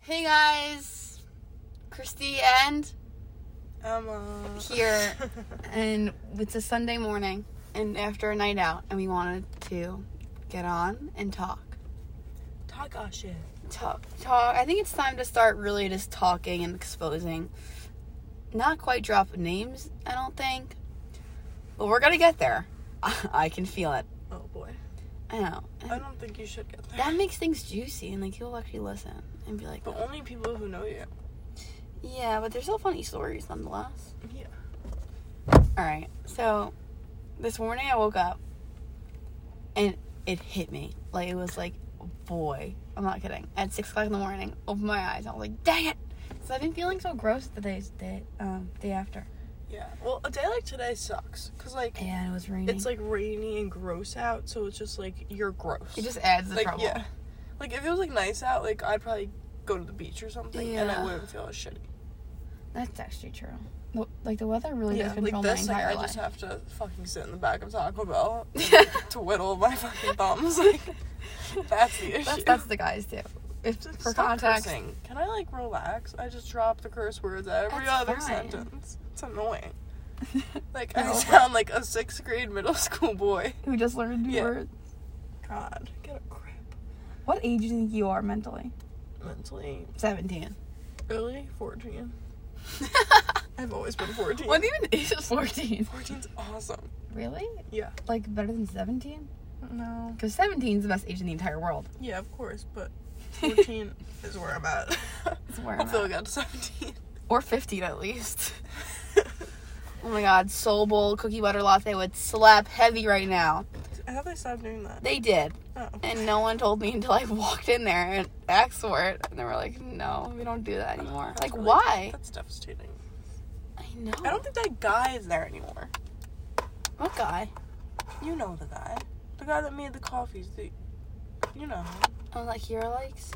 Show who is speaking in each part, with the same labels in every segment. Speaker 1: Hey guys, Christy and
Speaker 2: Emma.
Speaker 1: here, and it's a Sunday morning, and after a night out, and we wanted to get on and talk.
Speaker 2: Talk our shit.
Speaker 1: Talk, talk. I think it's time to start really just talking and exposing. Not quite dropping names, I don't think, but we're gonna get there. I can feel it.
Speaker 2: Oh boy.
Speaker 1: I know.
Speaker 2: I don't think you should get there.
Speaker 1: That makes things juicy, and like people actually listen and be like,
Speaker 2: But only people who know you.
Speaker 1: "Yeah," but they're still funny stories nonetheless.
Speaker 2: Yeah.
Speaker 1: All right. So this morning I woke up and it hit me. Like it was like, boy, I'm not kidding. At six o'clock in the morning, opened my eyes. I was like, dang it. So I've been feeling so gross the day, day, um, day after.
Speaker 2: Yeah. Well, a day like today sucks. Cause like
Speaker 1: Yeah, it was raining.
Speaker 2: it's like rainy and gross out, so it's just like you're gross.
Speaker 1: it just adds the
Speaker 2: like
Speaker 1: trouble.
Speaker 2: yeah. Like if it was like nice out, like I'd probably go to the beach or something, and I
Speaker 1: Yeah.
Speaker 2: wouldn't feel as shitty.
Speaker 1: That's actually true. The- Like the weather really
Speaker 2: yeah.
Speaker 1: does
Speaker 2: Like
Speaker 1: control
Speaker 2: this,
Speaker 1: my
Speaker 2: like
Speaker 1: entire
Speaker 2: I
Speaker 1: life.
Speaker 2: just have to fucking sit in the back of Taco Bell
Speaker 1: That's,
Speaker 2: to whittle my fucking thumbs. Like that's the issue.
Speaker 1: that's the guys too. If for
Speaker 2: Stop
Speaker 1: context,
Speaker 2: cursing. Can I like relax? I just drop the curse words every
Speaker 1: That's
Speaker 2: other
Speaker 1: fine.
Speaker 2: sentence. It's annoying. Like I
Speaker 1: No.
Speaker 2: sound like a sixth grade middle school boy.
Speaker 1: who just learned new
Speaker 2: Yeah.
Speaker 1: words.
Speaker 2: God, get a grip.
Speaker 1: What age do you think you are mentally?
Speaker 2: Mentally,
Speaker 1: Seventeen.
Speaker 2: early fourteen. I've always been fourteen.
Speaker 1: What even is fourteen?
Speaker 2: 14's awesome.
Speaker 1: Really?
Speaker 2: Yeah.
Speaker 1: Like better than 17?
Speaker 2: No.
Speaker 1: Because 17 is the best age in the entire world.
Speaker 2: Yeah, of course, but fourteen is where I'm at.
Speaker 1: It's where I'm
Speaker 2: Until I
Speaker 1: at.
Speaker 2: got to seventeen.
Speaker 1: Or 15 at least. Oh my god, Soul Bowl cookie butter latte would slap heavy right now.
Speaker 2: Have they stopped doing that?
Speaker 1: They did.
Speaker 2: Oh.
Speaker 1: And no one told me until I walked in there and asked for it. And they were like, no, we don't do that anymore.
Speaker 2: That's
Speaker 1: Like,
Speaker 2: really-
Speaker 1: why?
Speaker 2: That's devastating.
Speaker 1: I know. Oh
Speaker 2: I don't think that guy is there anymore.
Speaker 1: What guy?
Speaker 2: You know the guy. The guy that made the coffees. The, you know. him.
Speaker 1: Oh, like hero likes?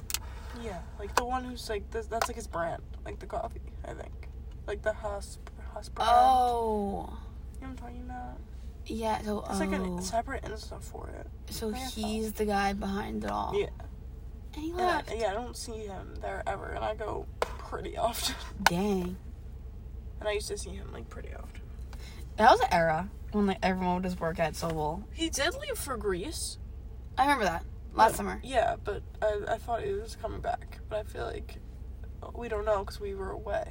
Speaker 2: Yeah. Like the one who's like, this, that's like his brand. Like the coffee, I think. Like the Hus, Hus brand.
Speaker 1: Oh.
Speaker 2: You know what I'm talking about?
Speaker 1: Yeah, so,
Speaker 2: It's like
Speaker 1: oh.
Speaker 2: a separate Insta for it.
Speaker 1: so
Speaker 2: I thought-
Speaker 1: he's the guy behind it all.
Speaker 2: Yeah.
Speaker 1: And he
Speaker 2: And I,
Speaker 1: left.
Speaker 2: yeah, I don't see him there ever. And I go pretty often.
Speaker 1: Dang.
Speaker 2: And I used to see him like pretty often.
Speaker 1: That was an era when like everyone would just work at Soul Bowl.
Speaker 2: He did leave for Greece.
Speaker 1: I remember that last
Speaker 2: but-
Speaker 1: summer.
Speaker 2: Yeah, but I, I thought he was coming back. But I feel like we don't know because we were away.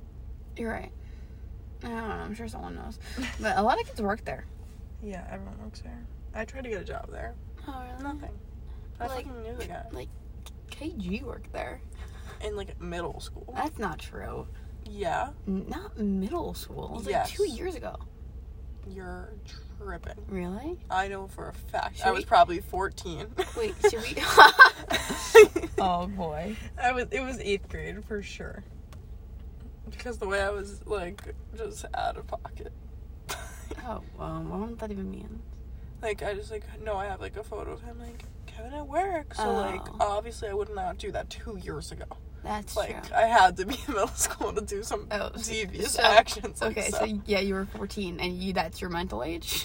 Speaker 1: You're right. I don't know. I'm sure someone knows, but a lot of kids work there.
Speaker 2: Yeah, everyone works there. I tried to get a job there.
Speaker 1: Oh,
Speaker 2: Nothing. I
Speaker 1: Like-
Speaker 2: fucking knew the guy.
Speaker 1: KG worked there.
Speaker 2: In like middle school.
Speaker 1: That's not true.
Speaker 2: Yeah.
Speaker 1: N- Not middle school. It was
Speaker 2: Yes.
Speaker 1: like two years ago.
Speaker 2: You're tripping.
Speaker 1: Really?
Speaker 2: I know for a fact. I
Speaker 1: Should
Speaker 2: was
Speaker 1: we-
Speaker 2: probably fourteen.
Speaker 1: Wait, should we? oh boy.
Speaker 2: I was it was eighth grade for sure. Because the way I was like just out of pocket.
Speaker 1: Oh, um, what does that even mean?
Speaker 2: like I just like no, I have like a photo of him like Kevin at work. So like
Speaker 1: Oh.
Speaker 2: obviously I would not do that two years ago.
Speaker 1: That's
Speaker 2: Like
Speaker 1: true.
Speaker 2: I had to be in middle school to do some
Speaker 1: Oh, s-
Speaker 2: devious
Speaker 1: so-
Speaker 2: actions. Like,
Speaker 1: Okay, so yeah, you were 14, and you—that's your mental age.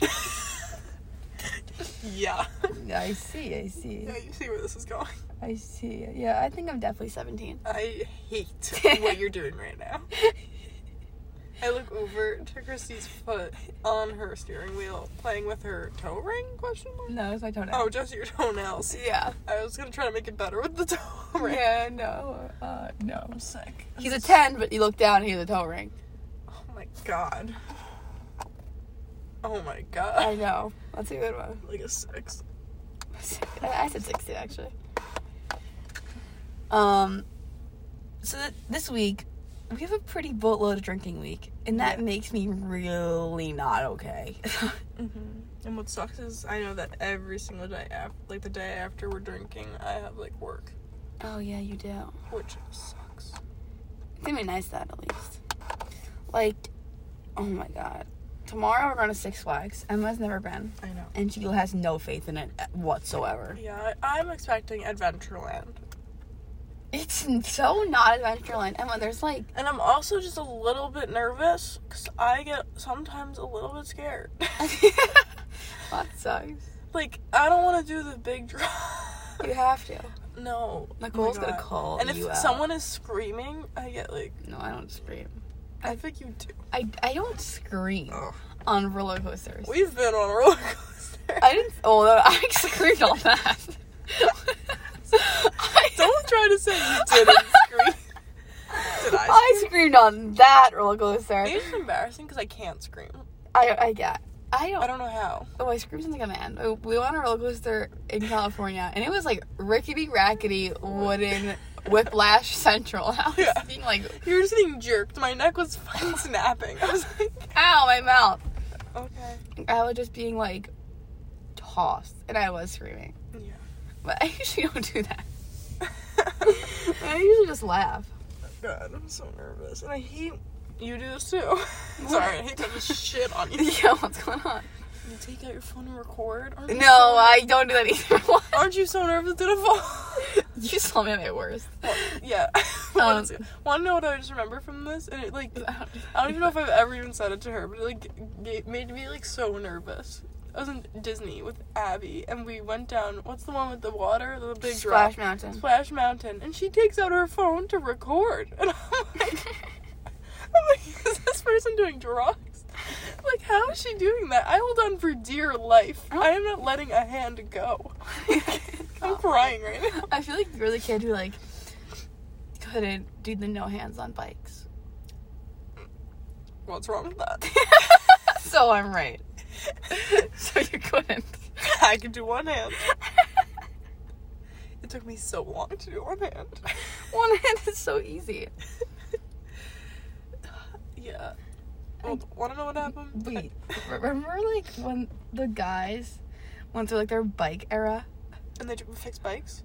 Speaker 2: yeah.
Speaker 1: I see. I see.
Speaker 2: Yeah, you see where this is going.
Speaker 1: I see. Yeah, I think I'm definitely 17.
Speaker 2: I hate what you're doing right now. I look over to Christy's foot on her steering wheel, playing with her toe ring? Question mark.
Speaker 1: No, it's my toenail.
Speaker 2: Oh, just your toenails.
Speaker 1: yeah.
Speaker 2: I was gonna try to make it better with the toe ring.
Speaker 1: Yeah, no, uh, no.
Speaker 2: I'm sick.
Speaker 1: He's a 10, but you look down and he has a toe ring.
Speaker 2: Oh my god. Oh my
Speaker 1: I
Speaker 2: god.
Speaker 1: know. That's a good one.
Speaker 2: Like a six.
Speaker 1: I I said 16, actually. Um, so th- this week, we have a pretty boatload of drinking week, and that
Speaker 2: Yeah.
Speaker 1: makes me really not okay.
Speaker 2: Mm-hmm. And what sucks is I know that every single day after, like the day after we're drinking, I have like work,
Speaker 1: oh, yeah, you do.
Speaker 2: which sucks.
Speaker 1: It's gonna be nice, that at least. Like, oh my god. Tomorrow we're going to Six Flags. Emma's never been,
Speaker 2: I know.
Speaker 1: and she has no faith in it whatsoever.
Speaker 2: Yeah, I- I'm expecting Adventureland.
Speaker 1: It's so not Adventureland. Emma, there's like
Speaker 2: And I'm also just a little bit nervous because I get sometimes a little bit scared.
Speaker 1: that sucks.
Speaker 2: like, I don't want to do the big drive.
Speaker 1: You have to.
Speaker 2: No.
Speaker 1: Nicole's
Speaker 2: Oh my
Speaker 1: gonna
Speaker 2: God.
Speaker 1: call
Speaker 2: And if
Speaker 1: you out.
Speaker 2: someone is screaming, I get like,
Speaker 1: No, I don't scream.
Speaker 2: I think you do.
Speaker 1: I, I don't scream
Speaker 2: Ugh.
Speaker 1: on roller coasters.
Speaker 2: We've been on a roller coaster.
Speaker 1: I didn't. Oh, no, I screamed on that. I,
Speaker 2: Don't try to say you didn't scream. Did I?
Speaker 1: I screamed on that roller coaster.
Speaker 2: Maybe it's embarrassing because I can't scream.
Speaker 1: I I yeah. I don't.
Speaker 2: I don't know how.
Speaker 1: Oh, I screamed something on the end. Oh, We went on a roller coaster in California, and it was like rickety rackety wooden whiplash central. I was
Speaker 2: Yeah.
Speaker 1: being like,
Speaker 2: You were just getting jerked. My neck was fucking snapping. I was like,
Speaker 1: ow, my mouth.
Speaker 2: okay.
Speaker 1: I was just being like tossed, and I was screaming.
Speaker 2: Yeah.
Speaker 1: But I usually don't do that. I usually just laugh.
Speaker 2: God, I'm so nervous. And I hate you do this too. Sorry, I hate talking shit on you.
Speaker 1: Yeah, what's going on?
Speaker 2: You take out your phone and record? Aren't you
Speaker 1: No,
Speaker 2: so-
Speaker 1: I don't do that either. What?
Speaker 2: Aren't you so nervous? Did it fall?
Speaker 1: You saw me at my worst.
Speaker 2: yeah.
Speaker 1: Um,
Speaker 2: Want to know what I just remember from this? And it like, I don't even know if I've ever even said it to her, but it like g- made me like so nervous. I was in Disney with Abby, and we went down. What's the one with the water? The big
Speaker 1: Splash
Speaker 2: drop.
Speaker 1: Mountain.
Speaker 2: Splash Mountain, and she takes out her phone to record, and I'm like, I'm like, is this person doing drugs? Like, how is she doing that? I hold on for dear life.
Speaker 1: Oh.
Speaker 2: I am not letting a hand go. I'm crying right now.
Speaker 1: I feel like you're the kid who like couldn't do the no hands on bikes.
Speaker 2: What's wrong with that?
Speaker 1: so I'm right. so you couldn't.
Speaker 2: I can do one hand. It took me so long to do one hand.
Speaker 1: One hand is so easy.
Speaker 2: yeah. Well, want to know what happened?
Speaker 1: Wait, remember like when the guys went through like their bike era?
Speaker 2: And they took fixed bikes? Is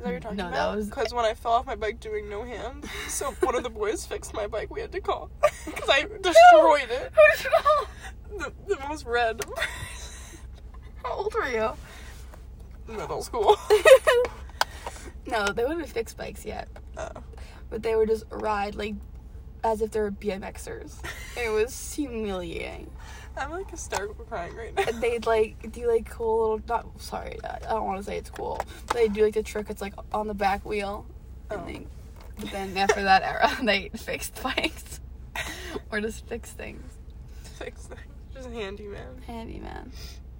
Speaker 2: that what you're talking
Speaker 1: No, that
Speaker 2: about?
Speaker 1: was-
Speaker 2: Because when I fell off my bike doing no hands, so one of the boys fixed my bike we had to call. Because I destroyed it.
Speaker 1: Who's wrong?
Speaker 2: The, the most red
Speaker 1: How old were you?
Speaker 2: middle school.
Speaker 1: no, they wouldn't have fixed bikes yet,
Speaker 2: Uh,
Speaker 1: but they would just ride like as if they were BMXers. It was humiliating.
Speaker 2: I'm like hysterical crying right now.
Speaker 1: And They'd like do like cool little. Not sorry, I I don't want to say it's cool. But they do like the trick. It's like on the back wheel.
Speaker 2: Oh.
Speaker 1: And they, but then after that era, they fixed bikes or just fixed things.
Speaker 2: Fix things. Just handyman.
Speaker 1: Handyman,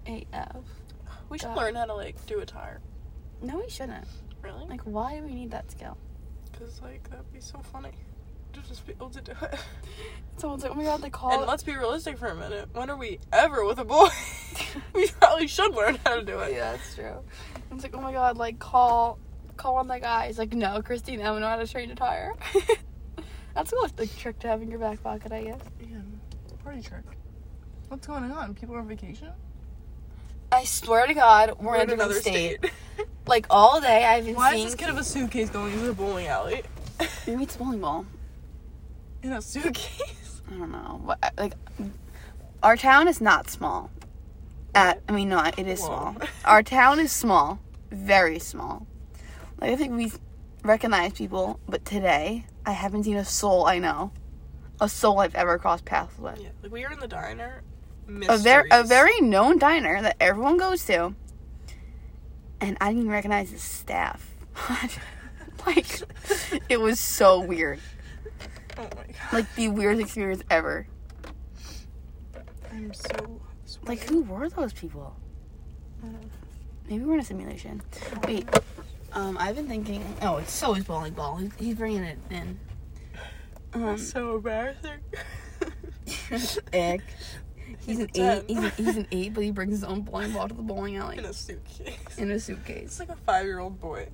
Speaker 1: AF.
Speaker 2: We should
Speaker 1: God.
Speaker 2: learn how to like do a tire.
Speaker 1: No, we shouldn't.
Speaker 2: Really?
Speaker 1: Like, why do we need that skill?
Speaker 2: Because like that'd be so funny to just be able to do it.
Speaker 1: Someone's like, oh my god, they call.
Speaker 2: And let's be realistic for a minute. When are we ever with a boy? we probably should learn how to do it.
Speaker 1: Yeah, that's true. It's like, oh my god, like call, call one of the guys. Like, no, Christine, I don't know how to train a tire. that's a little like, trick to have in your back pocket, I guess.
Speaker 2: Yeah. Party trick. What's going on? People are on vacation.
Speaker 1: I swear to God, we're,
Speaker 2: We're,
Speaker 1: in
Speaker 2: in
Speaker 1: a different
Speaker 2: another
Speaker 1: state.
Speaker 2: state.
Speaker 1: Like all day, I've been
Speaker 2: Why is
Speaker 1: seeing.
Speaker 2: this kid of a suitcase going into the bowling alley?
Speaker 1: Maybe it's a bowling ball.
Speaker 2: in a suitcase.
Speaker 1: I don't know. What, like, our town is not small. At I mean, no, it is
Speaker 2: Whoa.
Speaker 1: small. Our town is small, very small. Like I think we recognize people, but today I haven't seen a soul I know, a soul I've ever crossed paths with.
Speaker 2: Yeah. Like we were in the diner.
Speaker 1: A very a
Speaker 2: Mysteries.
Speaker 1: very known diner that everyone goes to, and I didn't even recognize the staff. like, it was so weird.
Speaker 2: Oh my god.
Speaker 1: Like the weirdest experience ever.
Speaker 2: I'm so
Speaker 1: Like, who were those people? Maybe we're in a simulation. Wait, um, I've been thinking. Oh, it's always bowling ball. He's, he's bringing it in. Um,
Speaker 2: so embarrassing.
Speaker 1: Egg. He's an
Speaker 2: Ten.
Speaker 1: eight. He's an, he's an eight, but he brings his own bowling ball to the bowling alley
Speaker 2: in a suitcase.
Speaker 1: in a
Speaker 2: It's
Speaker 1: suitcase.
Speaker 2: like a five-year-old boy.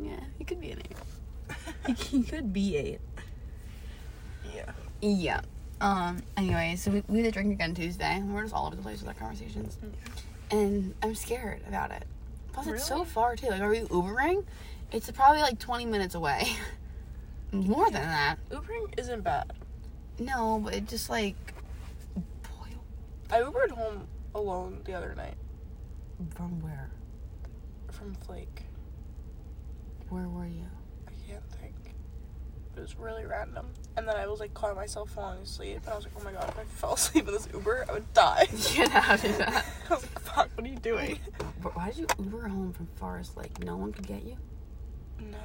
Speaker 1: Yeah, he could be an eight. He, could be eight.
Speaker 2: Yeah.
Speaker 1: Yeah. Um. Anyway, so we, we had a drink again Tuesday, and we're just all over the place with our conversations. And I'm scared about it. Plus, it's so
Speaker 2: Really?
Speaker 1: far too. Like, are we Ubering? It's probably like 20 minutes away. More than that.
Speaker 2: Ubering isn't bad.
Speaker 1: No, but it just like. Boy,
Speaker 2: I Ubered home alone the other night
Speaker 1: from where?
Speaker 2: from Flake.
Speaker 1: Where were you?
Speaker 2: I can't think. It was really random. And then I was like caught myself falling asleep, and I was like, oh my god, if I fell asleep in this Uber, I would die.
Speaker 1: Get out of that.
Speaker 2: I was like, fuck, what are you doing?
Speaker 1: But why did you Uber home from Forest Lake? No one could get you?
Speaker 2: No.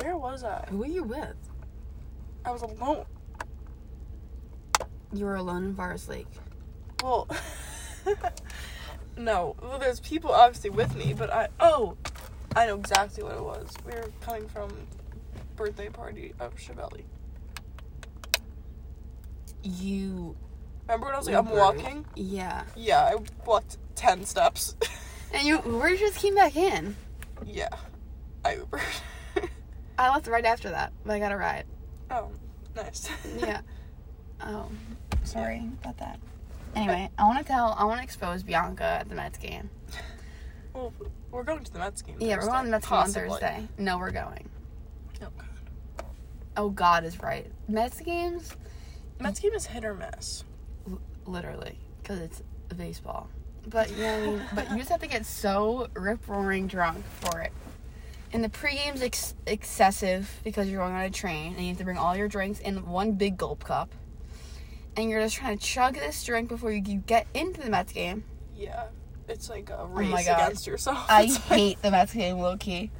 Speaker 2: Where was I?
Speaker 1: Who were you with?
Speaker 2: I was alone.
Speaker 1: You were alone in Forest Lake.
Speaker 2: Well, no. Well, there's people obviously with me, but I. Oh, I know exactly what it was. We were coming from birthday party of Chevelli.
Speaker 1: You.
Speaker 2: Remember when I was like, I'm
Speaker 1: were-
Speaker 2: walking?
Speaker 1: Yeah.
Speaker 2: Yeah, I walked 10 steps.
Speaker 1: And you Uber just came back in.
Speaker 2: yeah, I Ubered.
Speaker 1: I left right after that, but I got a ride.
Speaker 2: oh, nice.
Speaker 1: Yeah. Oh. Sorry about that. Anyway, I want to tell, I want to expose Bianca at the Mets game.
Speaker 2: Well, we're going to the Mets game.
Speaker 1: Yeah, we're
Speaker 2: Thursday,
Speaker 1: going to the Mets game on
Speaker 2: possibly.
Speaker 1: Thursday. No, we're going.
Speaker 2: Oh, God.
Speaker 1: Oh, God is right. Mets games?
Speaker 2: Mets game is hit or miss.
Speaker 1: L- literally, because it's baseball. But you know, what I mean? but you just have to get so rip roaring drunk for it. And the pregame's ex- excessive because you're going on a train and you have to bring all your drinks in one big gulp cup. And you're just trying to chug this drink before you, you get into the Mets game.
Speaker 2: Yeah, it's like a
Speaker 1: Oh
Speaker 2: race
Speaker 1: my God.
Speaker 2: against yourself.
Speaker 1: I
Speaker 2: It's like-
Speaker 1: hate the Mets game, low key.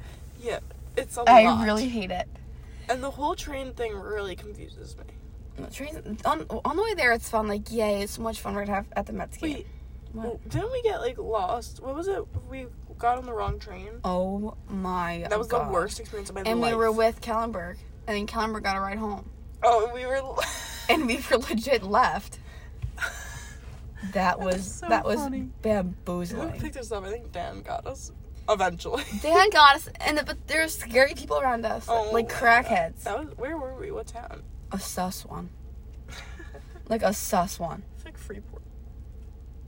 Speaker 2: Yeah, it's a lot.
Speaker 1: I really hate it.
Speaker 2: And the whole train thing really confuses me.
Speaker 1: The trains- on, on the way there, it's fun. Like, yay, it's so much fun we're gonna have at the Mets game.
Speaker 2: Wait,
Speaker 1: What?
Speaker 2: didn't we get like lost? What was it? We got on the wrong train.
Speaker 1: Oh my
Speaker 2: That was
Speaker 1: God.
Speaker 2: the worst experience of my
Speaker 1: And
Speaker 2: life.
Speaker 1: we were with Kellenberg. And then Kellenberg got a ride home.
Speaker 2: Oh, and we were.
Speaker 1: And we were legit left. That was
Speaker 2: so
Speaker 1: that was
Speaker 2: funny. Who
Speaker 1: bamboozling.
Speaker 2: picked us up? I think Dan got us eventually.
Speaker 1: Dan got us, and the, but there were scary people around us,
Speaker 2: Oh
Speaker 1: like
Speaker 2: my
Speaker 1: crackheads.
Speaker 2: That was where were we? What town?
Speaker 1: A sus one, like a sus one.
Speaker 2: It's like Freeport.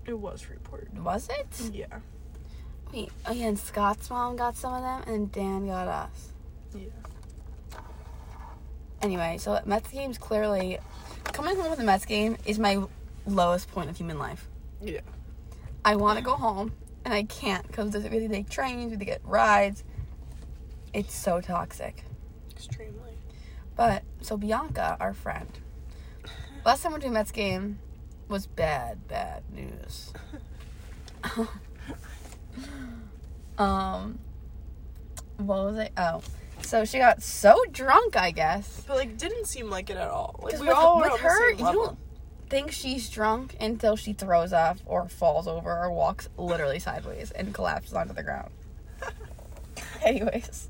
Speaker 2: It was Freeport.
Speaker 1: Was it?
Speaker 2: Yeah.
Speaker 1: Wait, oh yeah, and Scott's mom got some of them, and Dan got us.
Speaker 2: Yeah.
Speaker 1: Anyway, so Mets games clearly coming home with a Mets game is my lowest point of human life.
Speaker 2: Yeah.
Speaker 1: I want to go home and I can't because we have to take trains, we have to get rides. It's so toxic.
Speaker 2: Extremely.
Speaker 1: But so Bianca, our friend, last time we went to a Mets game was bad, bad news. um, what was it? Oh, so she got so drunk, I guess.
Speaker 2: But like, didn't seem like it at all. Like
Speaker 1: 'Cause
Speaker 2: we
Speaker 1: with-
Speaker 2: all were
Speaker 1: with
Speaker 2: on the
Speaker 1: her,
Speaker 2: same
Speaker 1: you
Speaker 2: level.
Speaker 1: don't- Think she's drunk until she throws up or falls over or walks literally sideways and collapses onto the ground. Anyways,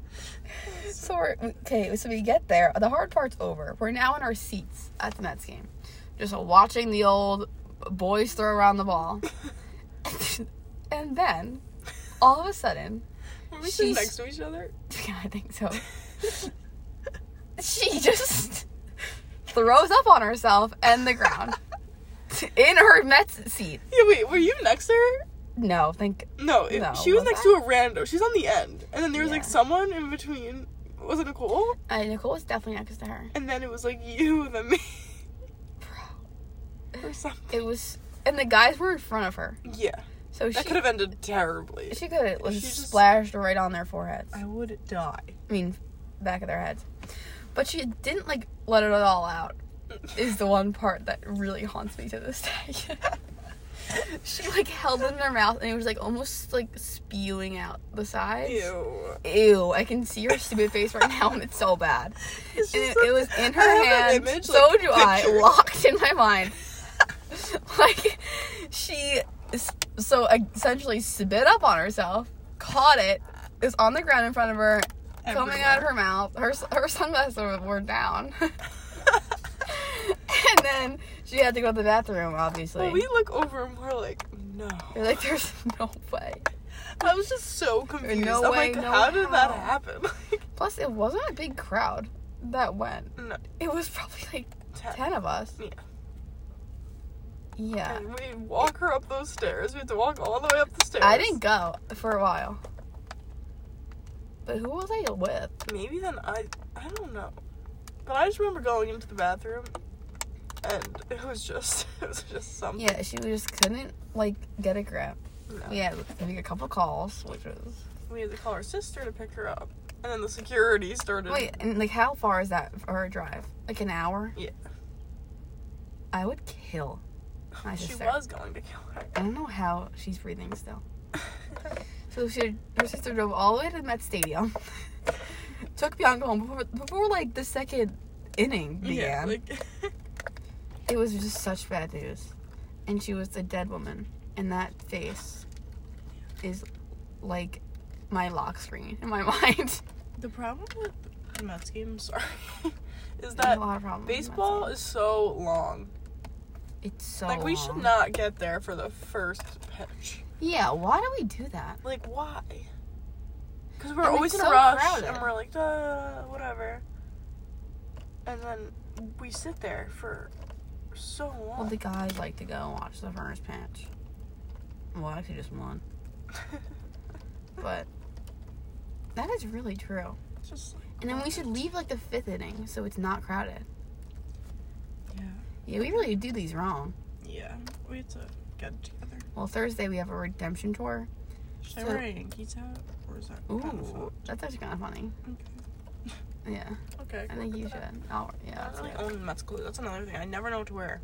Speaker 1: so we're okay. So we get there. The hard part's over. We're now in our seats at the Mets game, just watching the old boys throw around the ball, and then all of a sudden,
Speaker 2: Were we sitting
Speaker 1: she's-
Speaker 2: next to each other?
Speaker 1: yeah, I think so. she just throws up on herself and the ground in her Mets seat.
Speaker 2: Yeah. Wait. Were you next to her?
Speaker 1: No, think
Speaker 2: No, it,
Speaker 1: No,
Speaker 2: she was
Speaker 1: was
Speaker 2: next to a rando. She's on the end, and then there was
Speaker 1: Yeah.
Speaker 2: like someone in between. Was it Nicole?
Speaker 1: uh, Nicole was definitely next to her.
Speaker 2: And then it was like you and then me. or something.
Speaker 1: It was, and the guys were in front of her,
Speaker 2: Yeah,
Speaker 1: so
Speaker 2: that
Speaker 1: she
Speaker 2: could have ended terribly.
Speaker 1: she could have
Speaker 2: she
Speaker 1: just
Speaker 2: just-
Speaker 1: splashed right on their foreheads. I
Speaker 2: would die.
Speaker 1: mean, back of their heads. But she didn't like let it all out. Is the one part that really haunts me to this day. she like held it in her mouth and it was like almost like spewing out the sides.
Speaker 2: Ew.
Speaker 1: Ew, I can see your stupid face right now, and it's so bad.
Speaker 2: It's
Speaker 1: And it,
Speaker 2: just like-
Speaker 1: it was in
Speaker 2: I
Speaker 1: her
Speaker 2: have that
Speaker 1: hand.
Speaker 2: image,
Speaker 1: so
Speaker 2: like,
Speaker 1: do I,
Speaker 2: pictured.
Speaker 1: locked in my mind. like she, s- so uh, essentially spit up on herself, caught it, is on the ground in front of her, coming out of her mouth. Her s- her sunglasses were, were down, and then she had to go to the bathroom. Obviously,
Speaker 2: Well, we look over and we're like, no.
Speaker 1: You're like there's no way.
Speaker 2: I was just so confused.
Speaker 1: No
Speaker 2: I'm
Speaker 1: way,
Speaker 2: like,
Speaker 1: no
Speaker 2: how did that
Speaker 1: how.
Speaker 2: happen? Like,
Speaker 1: Plus, it wasn't a big crowd that went.
Speaker 2: no.
Speaker 1: It was probably like
Speaker 2: Ten.
Speaker 1: ten of us.
Speaker 2: Uh, Yeah.
Speaker 1: Yeah.
Speaker 2: And we walk her up those stairs. We had to walk all the way up the stairs.
Speaker 1: I didn't go for a while. But who was I with?
Speaker 2: maybe then I I don't know. But I just remember going into the bathroom and it was just it was just something.
Speaker 1: Yeah, she just couldn't like get a grip.
Speaker 2: No.
Speaker 1: We had like a couple calls, which was
Speaker 2: We had to call her sister to pick her up. And then the security started
Speaker 1: wait, and like how far is that for a drive? Like an hour?
Speaker 2: Yeah.
Speaker 1: I would kill my
Speaker 2: she
Speaker 1: sister.
Speaker 2: was going to kill her.
Speaker 1: I don't know how she's breathing still. So So she, her sister drove all the way to the Met Stadium, took Bianca home before, before like the second inning began.
Speaker 2: like
Speaker 1: it was just such bad news, and she was a dead woman, and that face is like my lock screen in my mind.
Speaker 2: the problem with the Mets game, I'm sorry, is
Speaker 1: There's
Speaker 2: that
Speaker 1: a lot of problems. with Mets
Speaker 2: baseball
Speaker 1: games.
Speaker 2: is so long.
Speaker 1: It's so
Speaker 2: like we should
Speaker 1: long.
Speaker 2: not get there for the first pitch.
Speaker 1: Yeah, why do we do that?
Speaker 2: Like why? Because we're
Speaker 1: And it's
Speaker 2: always in
Speaker 1: so
Speaker 2: a rush and
Speaker 1: crowded.
Speaker 2: we're like, duh, whatever. And then we sit there for so long.
Speaker 1: Well, the guys like to go and watch the first pitch. Well, actually, just one, but that is really true.
Speaker 2: It's just like,
Speaker 1: And then we should leave like the fifth inning so it's not crowded.
Speaker 2: yeah,
Speaker 1: Yeah, we really do these wrong.
Speaker 2: yeah. We have to get it together.
Speaker 1: Well, Thursday we have a redemption tour.
Speaker 2: Should I
Speaker 1: So-
Speaker 2: wear a Yankees hat or is that kind of
Speaker 1: Ooh, that's actually kind of funny. Yeah,
Speaker 2: Okay.
Speaker 1: I think you should. Oh, yeah.
Speaker 2: That's
Speaker 1: That's
Speaker 2: like
Speaker 1: good.
Speaker 2: own Mets glue. That's another thing. I never know what to wear.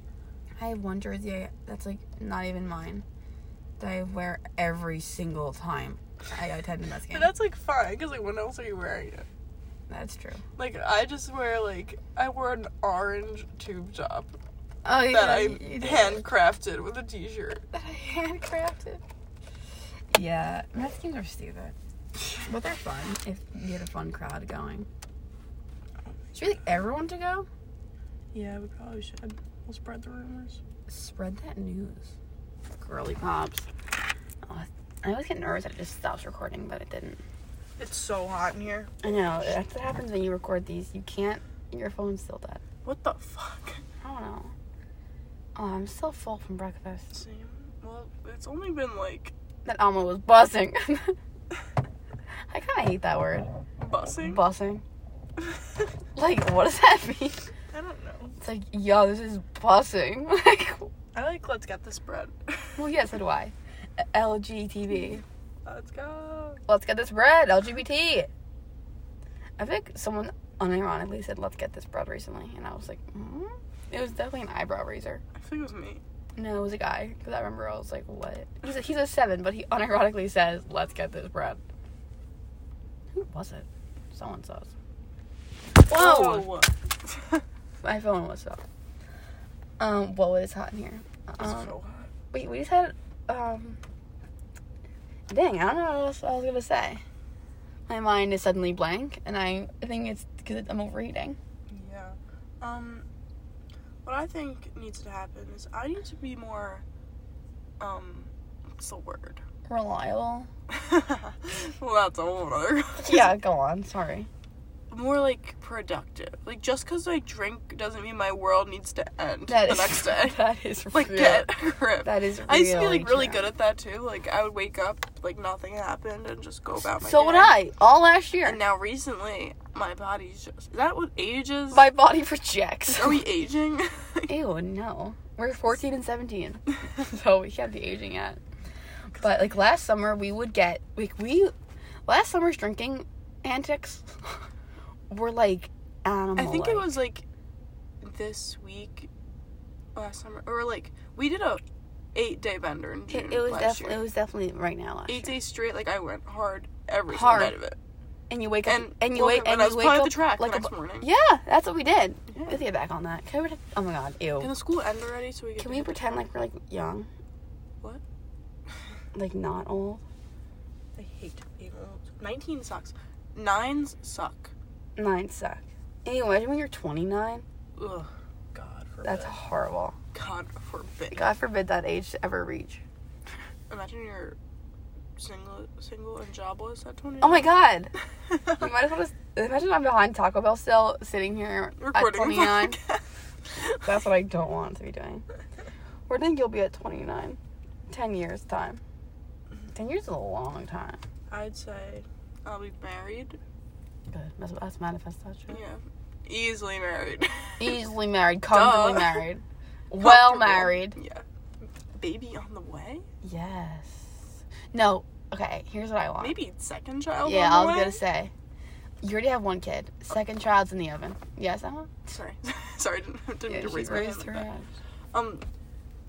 Speaker 1: I have one jersey that's like not even mine that I wear every single time I attend a Mets game.
Speaker 2: But that's like fine because like when else are you wearing it?
Speaker 1: That's true.
Speaker 2: Like I just wear like I wore an orange tube top
Speaker 1: Oh yeah,
Speaker 2: that I
Speaker 1: you did.
Speaker 2: handcrafted with a T-shirt.
Speaker 1: that I handcrafted. Yeah, Mets games are stupid, but they're fun if you get a fun crowd going. Should we like everyone to go?
Speaker 2: Yeah, we probably should. We'll spread the rumors.
Speaker 1: Spread that news. Girly pops. Oh, I always get nervous that it just stops recording, but it didn't.
Speaker 2: It's so hot in here.
Speaker 1: I know. That's what happens when you record these. You can't. Your phone's still dead.
Speaker 2: What the fuck?
Speaker 1: I don't know. Oh, I'm still full from breakfast.
Speaker 2: Same. Well, it's only been like
Speaker 1: That Alma was buzzing. I kind of hate that word.
Speaker 2: bussing.
Speaker 1: Buzzing.
Speaker 2: I
Speaker 1: Like, what does that mean?
Speaker 2: don't know.
Speaker 1: It's like, yo, this is buzzing. Like,
Speaker 2: I like let's get this bread.
Speaker 1: well, yeah, so do I. LGTB.
Speaker 2: let's go.
Speaker 1: Let's get this bread. LGBT. I feel like someone unironically said, let's get this bread recently. And I was like, hmm? It was definitely an eyebrow raiser.
Speaker 2: I think it was me.
Speaker 1: No, it was a guy. Because I remember I was like, what? He's a, he's a seven, but he unironically says, let's get this bread. Who was it? Someone says. Whoa!
Speaker 2: Whoa.
Speaker 1: My phone was up. Um, whoa, it is hot in here.
Speaker 2: It's
Speaker 1: Um,
Speaker 2: so hot.
Speaker 1: wait, we just had, um, dang, I don't know what else I was going to say. My mind is suddenly blank, and I think it's because I'm overeating.
Speaker 2: Yeah. Um, what I think needs to happen is I need to be more, um, what's the word?
Speaker 1: Reliable.
Speaker 2: well, that's a whole other.
Speaker 1: Yeah, go on. Sorry.
Speaker 2: More like productive. Like just because I drink doesn't mean my world needs to end
Speaker 1: That
Speaker 2: the
Speaker 1: is-
Speaker 2: next day.
Speaker 1: That is
Speaker 2: like
Speaker 1: real.
Speaker 2: get a grip.
Speaker 1: That is really
Speaker 2: I used to be like really
Speaker 1: true.
Speaker 2: good at that too. Like I would wake up like nothing happened and just go about my
Speaker 1: So
Speaker 2: day.
Speaker 1: would I. All last year.
Speaker 2: And now recently, my body's just. Is that what age is?
Speaker 1: My body rejects.
Speaker 2: Are we aging?
Speaker 1: Ew, no. We're 14 and 17. so we can't be aging yet. But like last summer, we would get, like, we, last summer's drinking antics were like animal.
Speaker 2: I think it was like this week, last summer, or like we did a eight day bender in June.
Speaker 1: It, it was
Speaker 2: Mm, last
Speaker 1: definitely it
Speaker 2: year.
Speaker 1: was definitely right now last
Speaker 2: eight
Speaker 1: year.
Speaker 2: days straight. Like I went hard every
Speaker 1: Hard.
Speaker 2: single night of it.
Speaker 1: And you wake up
Speaker 2: and
Speaker 1: and, you
Speaker 2: woke
Speaker 1: wake
Speaker 2: up
Speaker 1: and
Speaker 2: and I was
Speaker 1: you wake
Speaker 2: probably
Speaker 1: up
Speaker 2: at the track the
Speaker 1: like a
Speaker 2: next
Speaker 1: bu-
Speaker 2: morning.
Speaker 1: Yeah, that's what we did.
Speaker 2: Yeah.
Speaker 1: Let's get back on that. Can we, oh my god,
Speaker 2: Can
Speaker 1: ew.
Speaker 2: the school end already? So we get
Speaker 1: Can
Speaker 2: to
Speaker 1: we
Speaker 2: hit the
Speaker 1: pretend
Speaker 2: track?
Speaker 1: like we're like young?
Speaker 2: What?
Speaker 1: Like not old?
Speaker 2: I hate being old. Nineteen sucks. Nines suck.
Speaker 1: Nine suck. Ew, imagine when you're 29.
Speaker 2: Ugh. God forbid.
Speaker 1: That's horrible.
Speaker 2: God forbid.
Speaker 1: God forbid that age to ever reach.
Speaker 2: Imagine you're single, single and jobless at twenty.
Speaker 1: Oh my god. You
Speaker 2: god.
Speaker 1: might as well just imagine I'm behind Taco Bell still sitting here
Speaker 2: Recording.
Speaker 1: at 29.
Speaker 2: That's
Speaker 1: That's what I don't want to be doing. Where do you think you'll be at 29? 10 years time. 10 years is a long time.
Speaker 2: I'd say I'll be married.
Speaker 1: Good. That's, that's manifest that shit.
Speaker 2: Yeah. Easily married.
Speaker 1: Easily married, comfortably
Speaker 2: Duh.
Speaker 1: married, E- well
Speaker 2: Comfortable.
Speaker 1: married.
Speaker 2: Yeah. Baby on the way?
Speaker 1: Yes. No. Okay. Here's what I want.
Speaker 2: Maybe second child
Speaker 1: yeah, I
Speaker 2: on the
Speaker 1: was
Speaker 2: way?
Speaker 1: gonna say. You already have one kid. Second child's in the oven. Yes, that one.
Speaker 2: Sorry. Sorry, didn't, didn't
Speaker 1: Yeah,
Speaker 2: mean to
Speaker 1: she
Speaker 2: raise my hand
Speaker 1: raised
Speaker 2: like
Speaker 1: her
Speaker 2: that.
Speaker 1: hand.
Speaker 2: Um,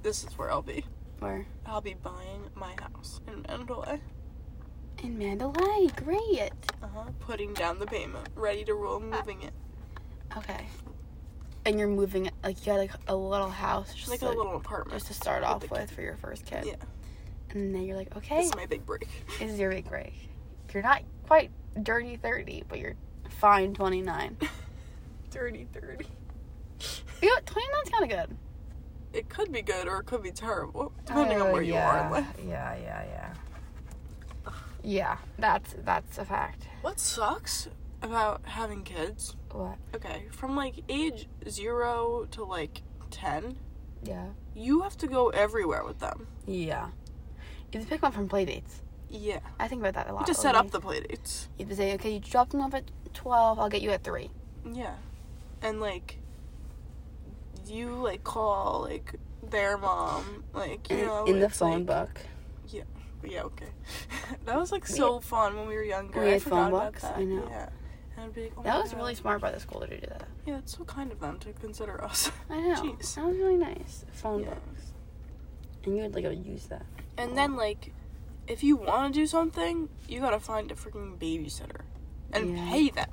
Speaker 2: this is where I'll be.
Speaker 1: Where?
Speaker 2: I'll be buying my house in Endoy.
Speaker 1: in Mandalay. Great.
Speaker 2: Uh-huh. Putting down the payment. Ready to roll,
Speaker 1: Ah,
Speaker 2: moving it.
Speaker 1: Okay. And you're moving like you got like a little house, just
Speaker 2: Like a
Speaker 1: like-
Speaker 2: little apartment.
Speaker 1: just to start off with for your first kid.
Speaker 2: Yeah.
Speaker 1: And then you're like, okay,
Speaker 2: This is my big break.
Speaker 1: this is your big break. You're not quite dirty thirty, but you're fine twenty nine.
Speaker 2: Dirty 30.
Speaker 1: You know, twenty nine's kind of good.
Speaker 2: It could be good or it could be terrible, depending on
Speaker 1: Oh,
Speaker 2: where you are in life.
Speaker 1: Yeah, yeah, yeah. Yeah, that's that's a fact.
Speaker 2: What sucks about having kids?
Speaker 1: What?
Speaker 2: Okay, from like age zero to like 10,
Speaker 1: Yeah.
Speaker 2: you have to go everywhere with them.
Speaker 1: Yeah. You have to pick one from playdates.
Speaker 2: Yeah.
Speaker 1: I think about that a lot.
Speaker 2: You just set up the playdates.
Speaker 1: You have to say, okay, you dropped them off at twelve. I'll get you at three.
Speaker 2: Yeah. And like, you like call like their mom, like, you know.
Speaker 1: in the
Speaker 2: it's,
Speaker 1: phone
Speaker 2: like-
Speaker 1: book.
Speaker 2: Yeah, okay. that was like so fun when we were younger.
Speaker 1: We
Speaker 2: I
Speaker 1: had phone
Speaker 2: forgot about
Speaker 1: books,
Speaker 2: that.
Speaker 1: I know.
Speaker 2: Yeah. And I'd be like, oh my
Speaker 1: That was
Speaker 2: God.
Speaker 1: really smart by the school to do that.
Speaker 2: Yeah, it's so kind of them to consider us.
Speaker 1: I know.
Speaker 2: Jeez.
Speaker 1: That was really nice. Phone
Speaker 2: Yeah.
Speaker 1: books. And you would like go use that.
Speaker 2: And then like, if you want to do something, you gotta find a freaking babysitter and
Speaker 1: Yeah.
Speaker 2: pay them.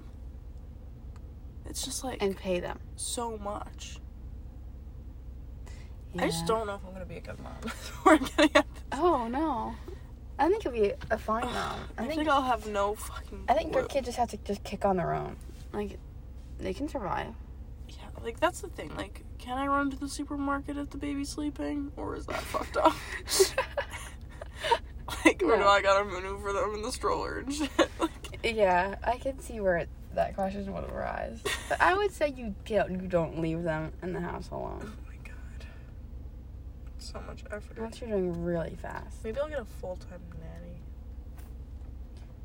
Speaker 2: It's just like
Speaker 1: And pay them.
Speaker 2: so much. I just
Speaker 1: Yeah.
Speaker 2: don't know if I'm gonna be a good mom. We're getting at this.
Speaker 1: Oh no. I think you'll be a fine mom.
Speaker 2: I, think, I'll have no fucking.
Speaker 1: I think your
Speaker 2: clue.
Speaker 1: kid just has to just kick on their own. Like they can survive.
Speaker 2: Yeah, like that's the thing. Like, can I run to the supermarket if the baby's sleeping, or is that fucked up? like, or do
Speaker 1: No.
Speaker 2: I gotta maneuver them in the stroller and shit? like,
Speaker 1: yeah, I can see where that question would arise. But I would say you get, you don't leave them in the house
Speaker 2: oh
Speaker 1: alone.
Speaker 2: my god, so much effort.
Speaker 1: Unless you're doing really fast.
Speaker 2: Maybe I'll get a full time nanny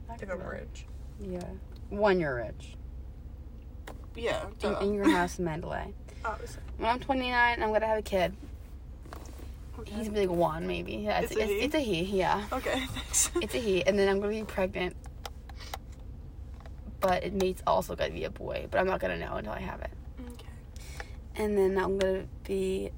Speaker 1: That
Speaker 2: if
Speaker 1: could
Speaker 2: I'm
Speaker 1: work.
Speaker 2: rich.
Speaker 1: Yeah. When you're rich.
Speaker 2: Yeah,
Speaker 1: In,
Speaker 2: duh.
Speaker 1: in your house in Mandalay.
Speaker 2: Obviously.
Speaker 1: When I'm 29, I'm gonna have a kid.
Speaker 2: Okay.
Speaker 1: He's gonna be like one, maybe. Yeah, it's,
Speaker 2: It's a
Speaker 1: it's,
Speaker 2: he?
Speaker 1: it's a he, yeah.
Speaker 2: okay, thanks.
Speaker 1: It's a he, and then I'm gonna be pregnant. But it mate's also gonna be a boy, but I'm not gonna know until I have it.
Speaker 2: okay.
Speaker 1: And then I'm gonna be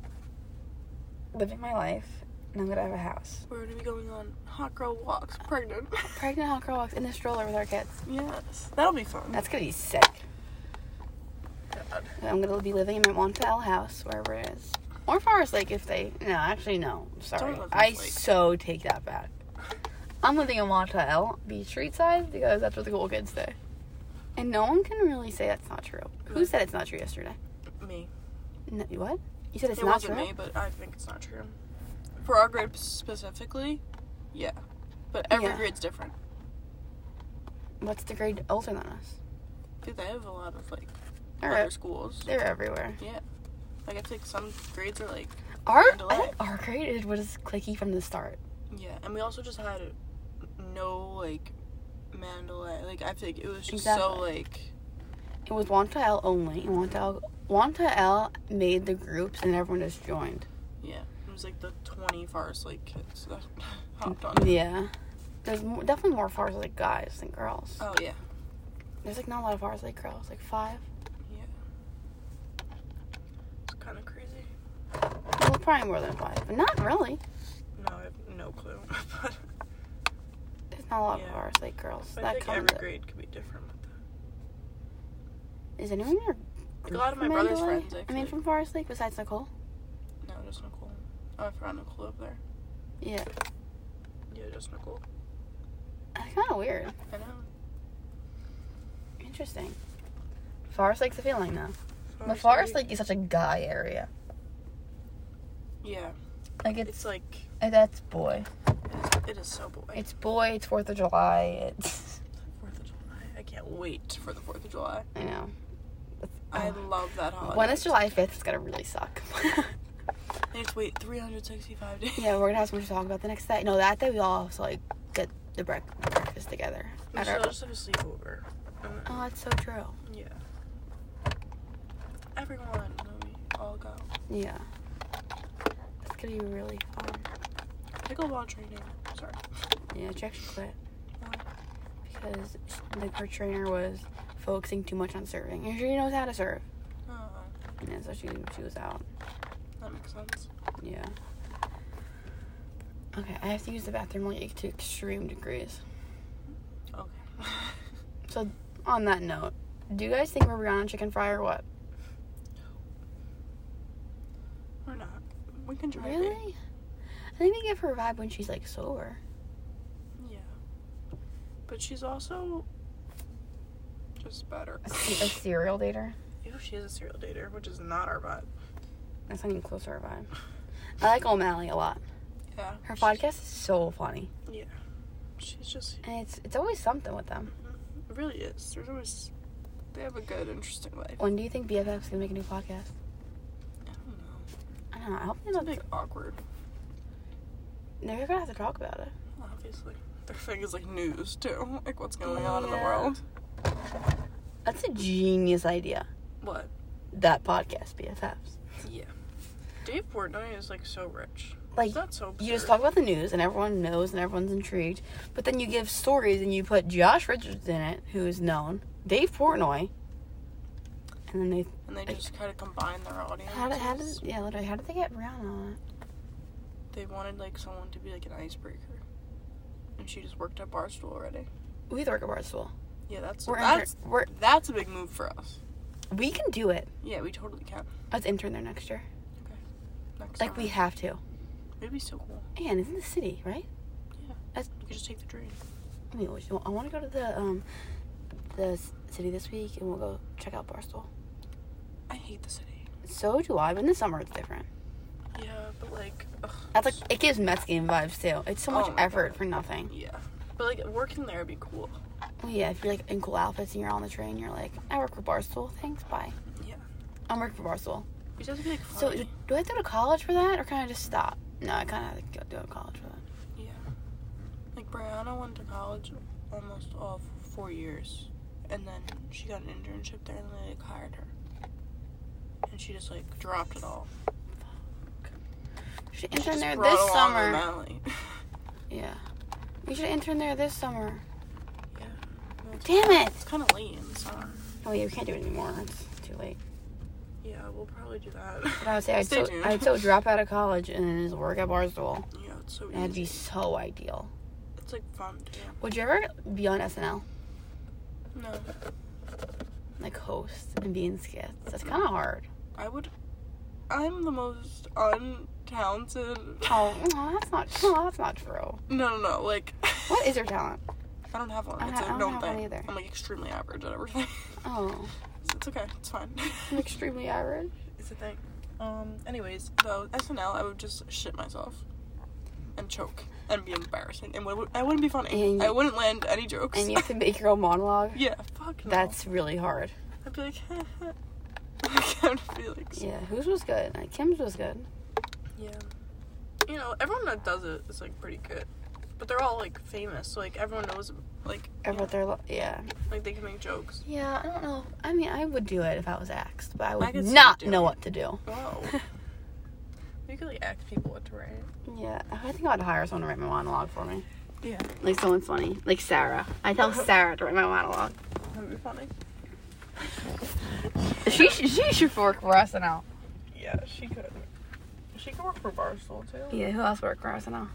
Speaker 1: living my life, and I'm gonna have a house.
Speaker 2: We're gonna be going on hot girl walks, pregnant.
Speaker 1: Pregnant hot girl walks in the stroller with our kids.
Speaker 2: yes, that'll be fun.
Speaker 1: That's gonna be sick.
Speaker 2: God.
Speaker 1: I'm gonna be living in my Montel house, wherever it is. Or Forest Lake if they. No, actually, no. Sorry.
Speaker 2: live in
Speaker 1: I
Speaker 2: Lake.
Speaker 1: so take that back. I'm living in Montel Beach Street side because that's where the cool kids stay. And no one can really say that's not true. Who said it's not true yesterday?
Speaker 2: Me.
Speaker 1: No, what? You said it's
Speaker 2: it
Speaker 1: not
Speaker 2: wasn't
Speaker 1: true?
Speaker 2: me, but I think it's not true. For our grade specifically, yeah. But every
Speaker 1: Yeah.
Speaker 2: grade's different.
Speaker 1: What's the grade older than us?
Speaker 2: Dude, they have a lot of like
Speaker 1: All
Speaker 2: other
Speaker 1: right.
Speaker 2: schools.
Speaker 1: They're everywhere.
Speaker 2: Yeah. Like I think some grades are like
Speaker 1: Our, I
Speaker 2: Mandalay.
Speaker 1: think our grade is- was clicky from the start.
Speaker 2: yeah, and we also just had no like Mandalay. Like I think it was just so
Speaker 1: Exactly.
Speaker 2: like
Speaker 1: It was Montel only. And Montel, Montel made the groups and everyone just joined.
Speaker 2: yeah. It was like the twenty farthest like kids that hopped on. it.
Speaker 1: Yeah. There's more, definitely more Forest Lake guys than girls.
Speaker 2: Oh yeah.
Speaker 1: There's like not a lot of Forest Lake girls, like five.
Speaker 2: Yeah. It's kinda crazy.
Speaker 1: Well, probably more than five, but not really.
Speaker 2: No, I have no clue. but
Speaker 1: There's not a lot of
Speaker 2: Yeah.
Speaker 1: Forest Lake girls.
Speaker 2: I
Speaker 1: that
Speaker 2: think
Speaker 1: comes
Speaker 2: every
Speaker 1: up.
Speaker 2: grade could be different with that.
Speaker 1: Is anyone here?
Speaker 2: Like a lot of my
Speaker 1: from
Speaker 2: brother's
Speaker 1: Mandalay?
Speaker 2: friends.
Speaker 1: I mean, from Forest Lake besides Nicole.
Speaker 2: no, just Nicole. Oh, I forgot Nicole up there.
Speaker 1: Yeah,
Speaker 2: Yeah, just Nicole.
Speaker 1: that's kind of weird.
Speaker 2: I know.
Speaker 1: Interesting. Forest Lake's a feeling though. But Forest Lake is such a guy area.
Speaker 2: Yeah,
Speaker 1: Like it's,
Speaker 2: it's like
Speaker 1: uh, that's boy.
Speaker 2: it is so boy.
Speaker 1: It's boy. It's Fourth of July. It's
Speaker 2: Fourth of July. I can't wait for the Fourth of July.
Speaker 1: I know.
Speaker 2: I
Speaker 1: Oh.
Speaker 2: love that holiday.
Speaker 1: When it's July fifth, it's gonna really suck.
Speaker 2: I just wait 365 days.
Speaker 1: Yeah, we're gonna have so much to talk about the next day. No, that day we all have to like get the break- breakfast together.
Speaker 2: We
Speaker 1: At
Speaker 2: should
Speaker 1: our-
Speaker 2: all just have a sleepover. And then-
Speaker 1: oh, that's so true.
Speaker 2: Uh, yeah. Everyone, and then we all go.
Speaker 1: Yeah, it's gonna be really fun.
Speaker 2: Pickleball training. Sorry.
Speaker 1: Yeah, she actually quit
Speaker 2: Why?
Speaker 1: because she- like her trainer was focusing too much on serving, and she knows how to serve,
Speaker 2: Oh,
Speaker 1: and so she she was out.
Speaker 2: that makes sense.
Speaker 1: Yeah. Okay, I have to use the bathroom like to extreme degrees. So, on that note, do you guys think we're beyond chicken fry or what?
Speaker 2: We're not. We can try it.
Speaker 1: Really? I think they give her a vibe when she's like sober.
Speaker 2: Yeah. But she's also just better.
Speaker 1: A, se- a serial dater.
Speaker 2: Ew, she is a serial dater, which is not our vibe.
Speaker 1: That's not even close to her vibe. I like O'Malley a lot.
Speaker 2: Yeah.
Speaker 1: Her
Speaker 2: she's-
Speaker 1: podcast is so funny,
Speaker 2: Yeah. She's just.
Speaker 1: and it's it's always something with them.
Speaker 2: It really is. There's always. They have a good, interesting life.
Speaker 1: When do you think BFF's gonna make a new podcast?
Speaker 2: I don't know.
Speaker 1: I don't know. I hope they
Speaker 2: It's a
Speaker 1: don't.
Speaker 2: bit awkward,
Speaker 1: They're gonna have to talk about it.
Speaker 2: obviously. Their thing is like news too, like what's going on in the
Speaker 1: Yeah.
Speaker 2: world.
Speaker 1: That's a genius idea.
Speaker 2: What?
Speaker 1: That podcast, BFFs.
Speaker 2: Yeah. Dave Portnoy is like so rich.
Speaker 1: Like
Speaker 2: That's so.
Speaker 1: you just
Speaker 2: absurd.
Speaker 1: talk about the news, and everyone knows, and everyone's intrigued. But then you give stories, and you put Josh Richards in it, who is known, Dave Portnoy, and then they
Speaker 2: And they just kind of combine their audience.
Speaker 1: How did, how did yeah literally how did they get Rihanna on
Speaker 2: They wanted like someone to be like an icebreaker, and she just worked at Barstool already.
Speaker 1: it? We work at Barstool.
Speaker 2: Yeah, that's
Speaker 1: We're,
Speaker 2: that's
Speaker 1: intern- we're
Speaker 2: that's a big move for us.
Speaker 1: we can do it.
Speaker 2: Yeah, we totally can.
Speaker 1: Let's intern there next year.
Speaker 2: Next
Speaker 1: Like we
Speaker 2: summer.
Speaker 1: have to.
Speaker 2: it'd be so cool.
Speaker 1: And it's in the city, right?
Speaker 2: We could just take the train.
Speaker 1: I mean, we should- I want to go to the um the s- city this week, and we'll go check out Barstool.
Speaker 2: I hate the city.
Speaker 1: So do I. But in the summer, it's different.
Speaker 2: Yeah, but like, ugh,
Speaker 1: That's like it gives Mets game vibes too. It's so much
Speaker 2: Oh my
Speaker 1: effort for nothing.
Speaker 2: yeah, but like working there would be cool.
Speaker 1: Well, yeah, if you're like in cool outfits and you're on the train, you're like, I work for Barstool. Thanks, bye.
Speaker 2: Yeah.
Speaker 1: I'm working for Barstool.
Speaker 2: We just have to be like
Speaker 1: So
Speaker 2: funny.
Speaker 1: do do I have to go to college for that, or can I just stop? No, I kind of have to go- go to college for that.
Speaker 2: yeah. Like Brianna went to college almost all f- four years, and then she got an internship there, and they like hired her, and she just like dropped it all.
Speaker 1: Should
Speaker 2: She
Speaker 1: intern
Speaker 2: just
Speaker 1: there
Speaker 2: brought
Speaker 1: this
Speaker 2: along
Speaker 1: summer.
Speaker 2: O'Malley.
Speaker 1: Yeah. We should intern there this summer.
Speaker 2: yeah. No, it's-
Speaker 1: Damn it!
Speaker 2: It's kind of late in the summer.
Speaker 1: Oh yeah, we can't do it anymore. It's too late.
Speaker 2: Yeah, we'll probably do that.
Speaker 1: But I would say I'd
Speaker 2: Stay
Speaker 1: so
Speaker 2: tuned.
Speaker 1: I'd so drop out of college and then just work at Barstool.
Speaker 2: Yeah, it's so
Speaker 1: That'd
Speaker 2: easy.
Speaker 1: be so ideal.
Speaker 2: It's like fun too.
Speaker 1: Would you ever be on SNL,
Speaker 2: No,
Speaker 1: like host and be in skits? That's kind of hard.
Speaker 2: I would. I'm the most untalented.
Speaker 1: Oh, no, that's not. No, that's not true.
Speaker 2: No, no, no. Like,
Speaker 1: What is your talent?
Speaker 2: I don't have one.
Speaker 1: I
Speaker 2: It's
Speaker 1: don't-
Speaker 2: a
Speaker 1: I don't
Speaker 2: known
Speaker 1: have
Speaker 2: thing.
Speaker 1: one either.
Speaker 2: I'm like extremely average at everything.
Speaker 1: Oh,
Speaker 2: It's- it's okay. It's fine.
Speaker 1: I'm extremely average.
Speaker 2: it's a thing. Um. Anyways, though SNL, I would just shit myself, and choke, and be embarrassing, and would, I wouldn't be funny.
Speaker 1: And
Speaker 2: I
Speaker 1: you-
Speaker 2: wouldn't land any jokes.
Speaker 1: And you have to make your own monologue.
Speaker 2: yeah. Fuck. No.
Speaker 1: That's really hard.
Speaker 2: I'd be like, like I'm Felix.
Speaker 1: Yeah, whose was good? Uh, Kim's was good.
Speaker 2: Yeah. You know, everyone that does it is like pretty good. But they're all like famous, so like everyone knows like you know,
Speaker 1: About their, lo- yeah.
Speaker 2: like they can make jokes.
Speaker 1: Yeah, I don't know. I mean, I would do it if I was axed, but I would
Speaker 2: could see
Speaker 1: not
Speaker 2: you doing
Speaker 1: know
Speaker 2: it.
Speaker 1: what to do.
Speaker 2: Wow. you could like ask people what to write.
Speaker 1: Yeah, I think I'd hire someone to write my monologue for me.
Speaker 2: Yeah.
Speaker 1: Like someone funny, like Sarah. I tell Sarah to write my monologue.
Speaker 2: That'd be funny.
Speaker 1: She sh- she should work for SNL.
Speaker 2: Yeah, she could. She could work for Barstool too.
Speaker 1: Yeah, who else worked for SNL?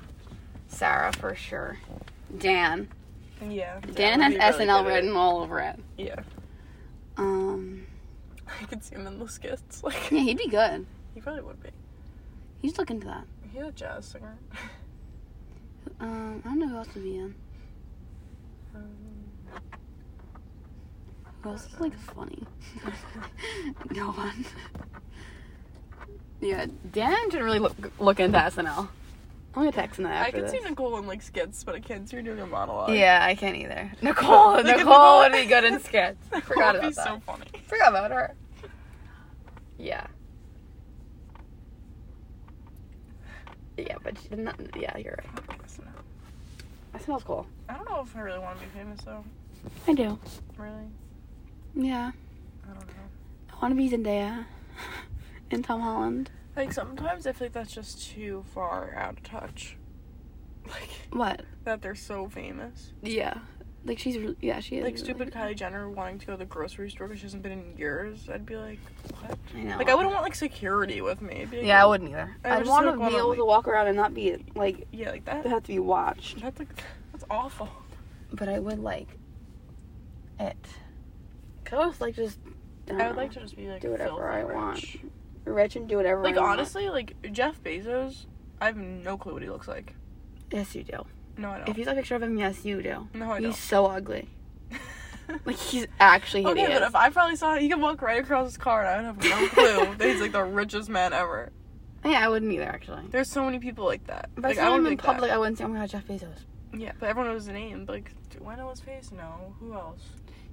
Speaker 1: Sarah for sure. Dan.
Speaker 2: Yeah.
Speaker 1: Dan
Speaker 2: would
Speaker 1: has
Speaker 2: be really
Speaker 1: SNL
Speaker 2: good at it.
Speaker 1: written all over it.
Speaker 2: Yeah.
Speaker 1: Um,
Speaker 2: I could see him in the skits. Like
Speaker 1: yeah, he'd be good.
Speaker 2: he probably would be.
Speaker 1: He's looking to that.
Speaker 2: He's a jazz singer.
Speaker 1: Um, I don't know who else would be in.
Speaker 2: Um,
Speaker 1: Who else is like funny? no one. Yeah, Dan should really look look into SNL. I'm gonna text him that
Speaker 2: I
Speaker 1: after
Speaker 2: could
Speaker 1: this.
Speaker 2: see Nicole in like skits, but I can't see her doing a monologue.
Speaker 1: Yeah, I can't either. Nicole, Nicole would be good in skits.
Speaker 2: That
Speaker 1: Forgot
Speaker 2: would be
Speaker 1: about that.
Speaker 2: so funny.
Speaker 1: Forgot about her. Yeah. Yeah, but she- not, yeah, you're right. That smells cool.
Speaker 2: I don't know if I really want to be famous though.
Speaker 1: I do.
Speaker 2: Really?
Speaker 1: Yeah,
Speaker 2: I don't know.
Speaker 1: I want to be Zendaya and Tom Holland.
Speaker 2: Like sometimes I feel like that's just too far out of touch. Like
Speaker 1: What?
Speaker 2: that they're so famous.
Speaker 1: Yeah, like she's re- yeah she is
Speaker 2: Like
Speaker 1: really-
Speaker 2: stupid Kylie Jenner wanting to go to the grocery store because she hasn't been in years. I'd be like, what?
Speaker 1: I know.
Speaker 2: Like I wouldn't want like security with me. I'd be like,
Speaker 1: Yeah, I
Speaker 2: oh,
Speaker 1: wouldn't either.
Speaker 2: I
Speaker 1: I would
Speaker 2: just
Speaker 1: want to
Speaker 2: like wanna,
Speaker 1: be able
Speaker 2: like-
Speaker 1: to walk around and not be like
Speaker 2: Yeah, like that.
Speaker 1: have to be watched.
Speaker 2: That's like that's awful.
Speaker 1: But I would like it. 'Cause I was like just. I,
Speaker 2: I would like to just be like
Speaker 1: Do whatever I
Speaker 2: filthy
Speaker 1: want.
Speaker 2: rich.
Speaker 1: rich and do whatever.
Speaker 2: Like
Speaker 1: I want.
Speaker 2: honestly, like Jeff Bezos, I have no clue what he looks like.
Speaker 1: Yes, you do.
Speaker 2: No, I don't.
Speaker 1: If you saw a picture of him, yes, you do.
Speaker 2: no, I
Speaker 1: he's
Speaker 2: don't.
Speaker 1: so ugly. Like he's actually
Speaker 2: okay,
Speaker 1: hideous.
Speaker 2: but if I probably saw he could walk right across his car, and I would have no clue that he's like the richest man ever.
Speaker 1: yeah, I wouldn't either actually.
Speaker 2: There's so many people like that.
Speaker 1: If
Speaker 2: like
Speaker 1: I saw him
Speaker 2: would
Speaker 1: in
Speaker 2: think that.
Speaker 1: public, I wouldn't say, "Oh my god, Jeff Bezos."
Speaker 2: Yeah, but everyone knows his name. But like, do I know his face? No. Who else?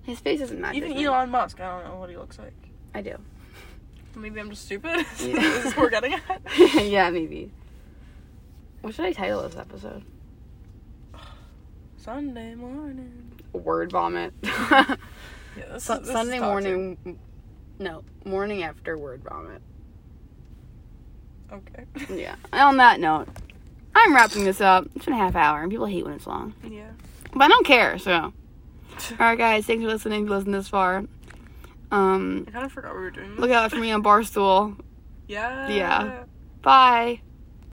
Speaker 1: His face doesn't match.
Speaker 2: Even
Speaker 1: his name.
Speaker 2: Elon Musk. I don't know what he looks like.
Speaker 1: I do.
Speaker 2: Maybe I'm just stupid. this is what we're getting at.
Speaker 1: yeah, maybe. What should I title this episode?
Speaker 2: Sunday morning.
Speaker 1: Word vomit.
Speaker 2: Yeah, this,
Speaker 1: Su-
Speaker 2: is- this is
Speaker 1: Sunday
Speaker 2: toxic.
Speaker 1: morning. No, morning after word vomit.
Speaker 2: Okay.
Speaker 1: Yeah. And on that note, I'm wrapping this up. It's been a half hour, and people hate when it's long,
Speaker 2: yeah.
Speaker 1: but I don't care. So, all right, guys, thanks for listening. If you listened this far, um,
Speaker 2: I kind of forgot we were doing this.
Speaker 1: look out for me on Barstool.
Speaker 2: Yeah.
Speaker 1: Yeah. Bye.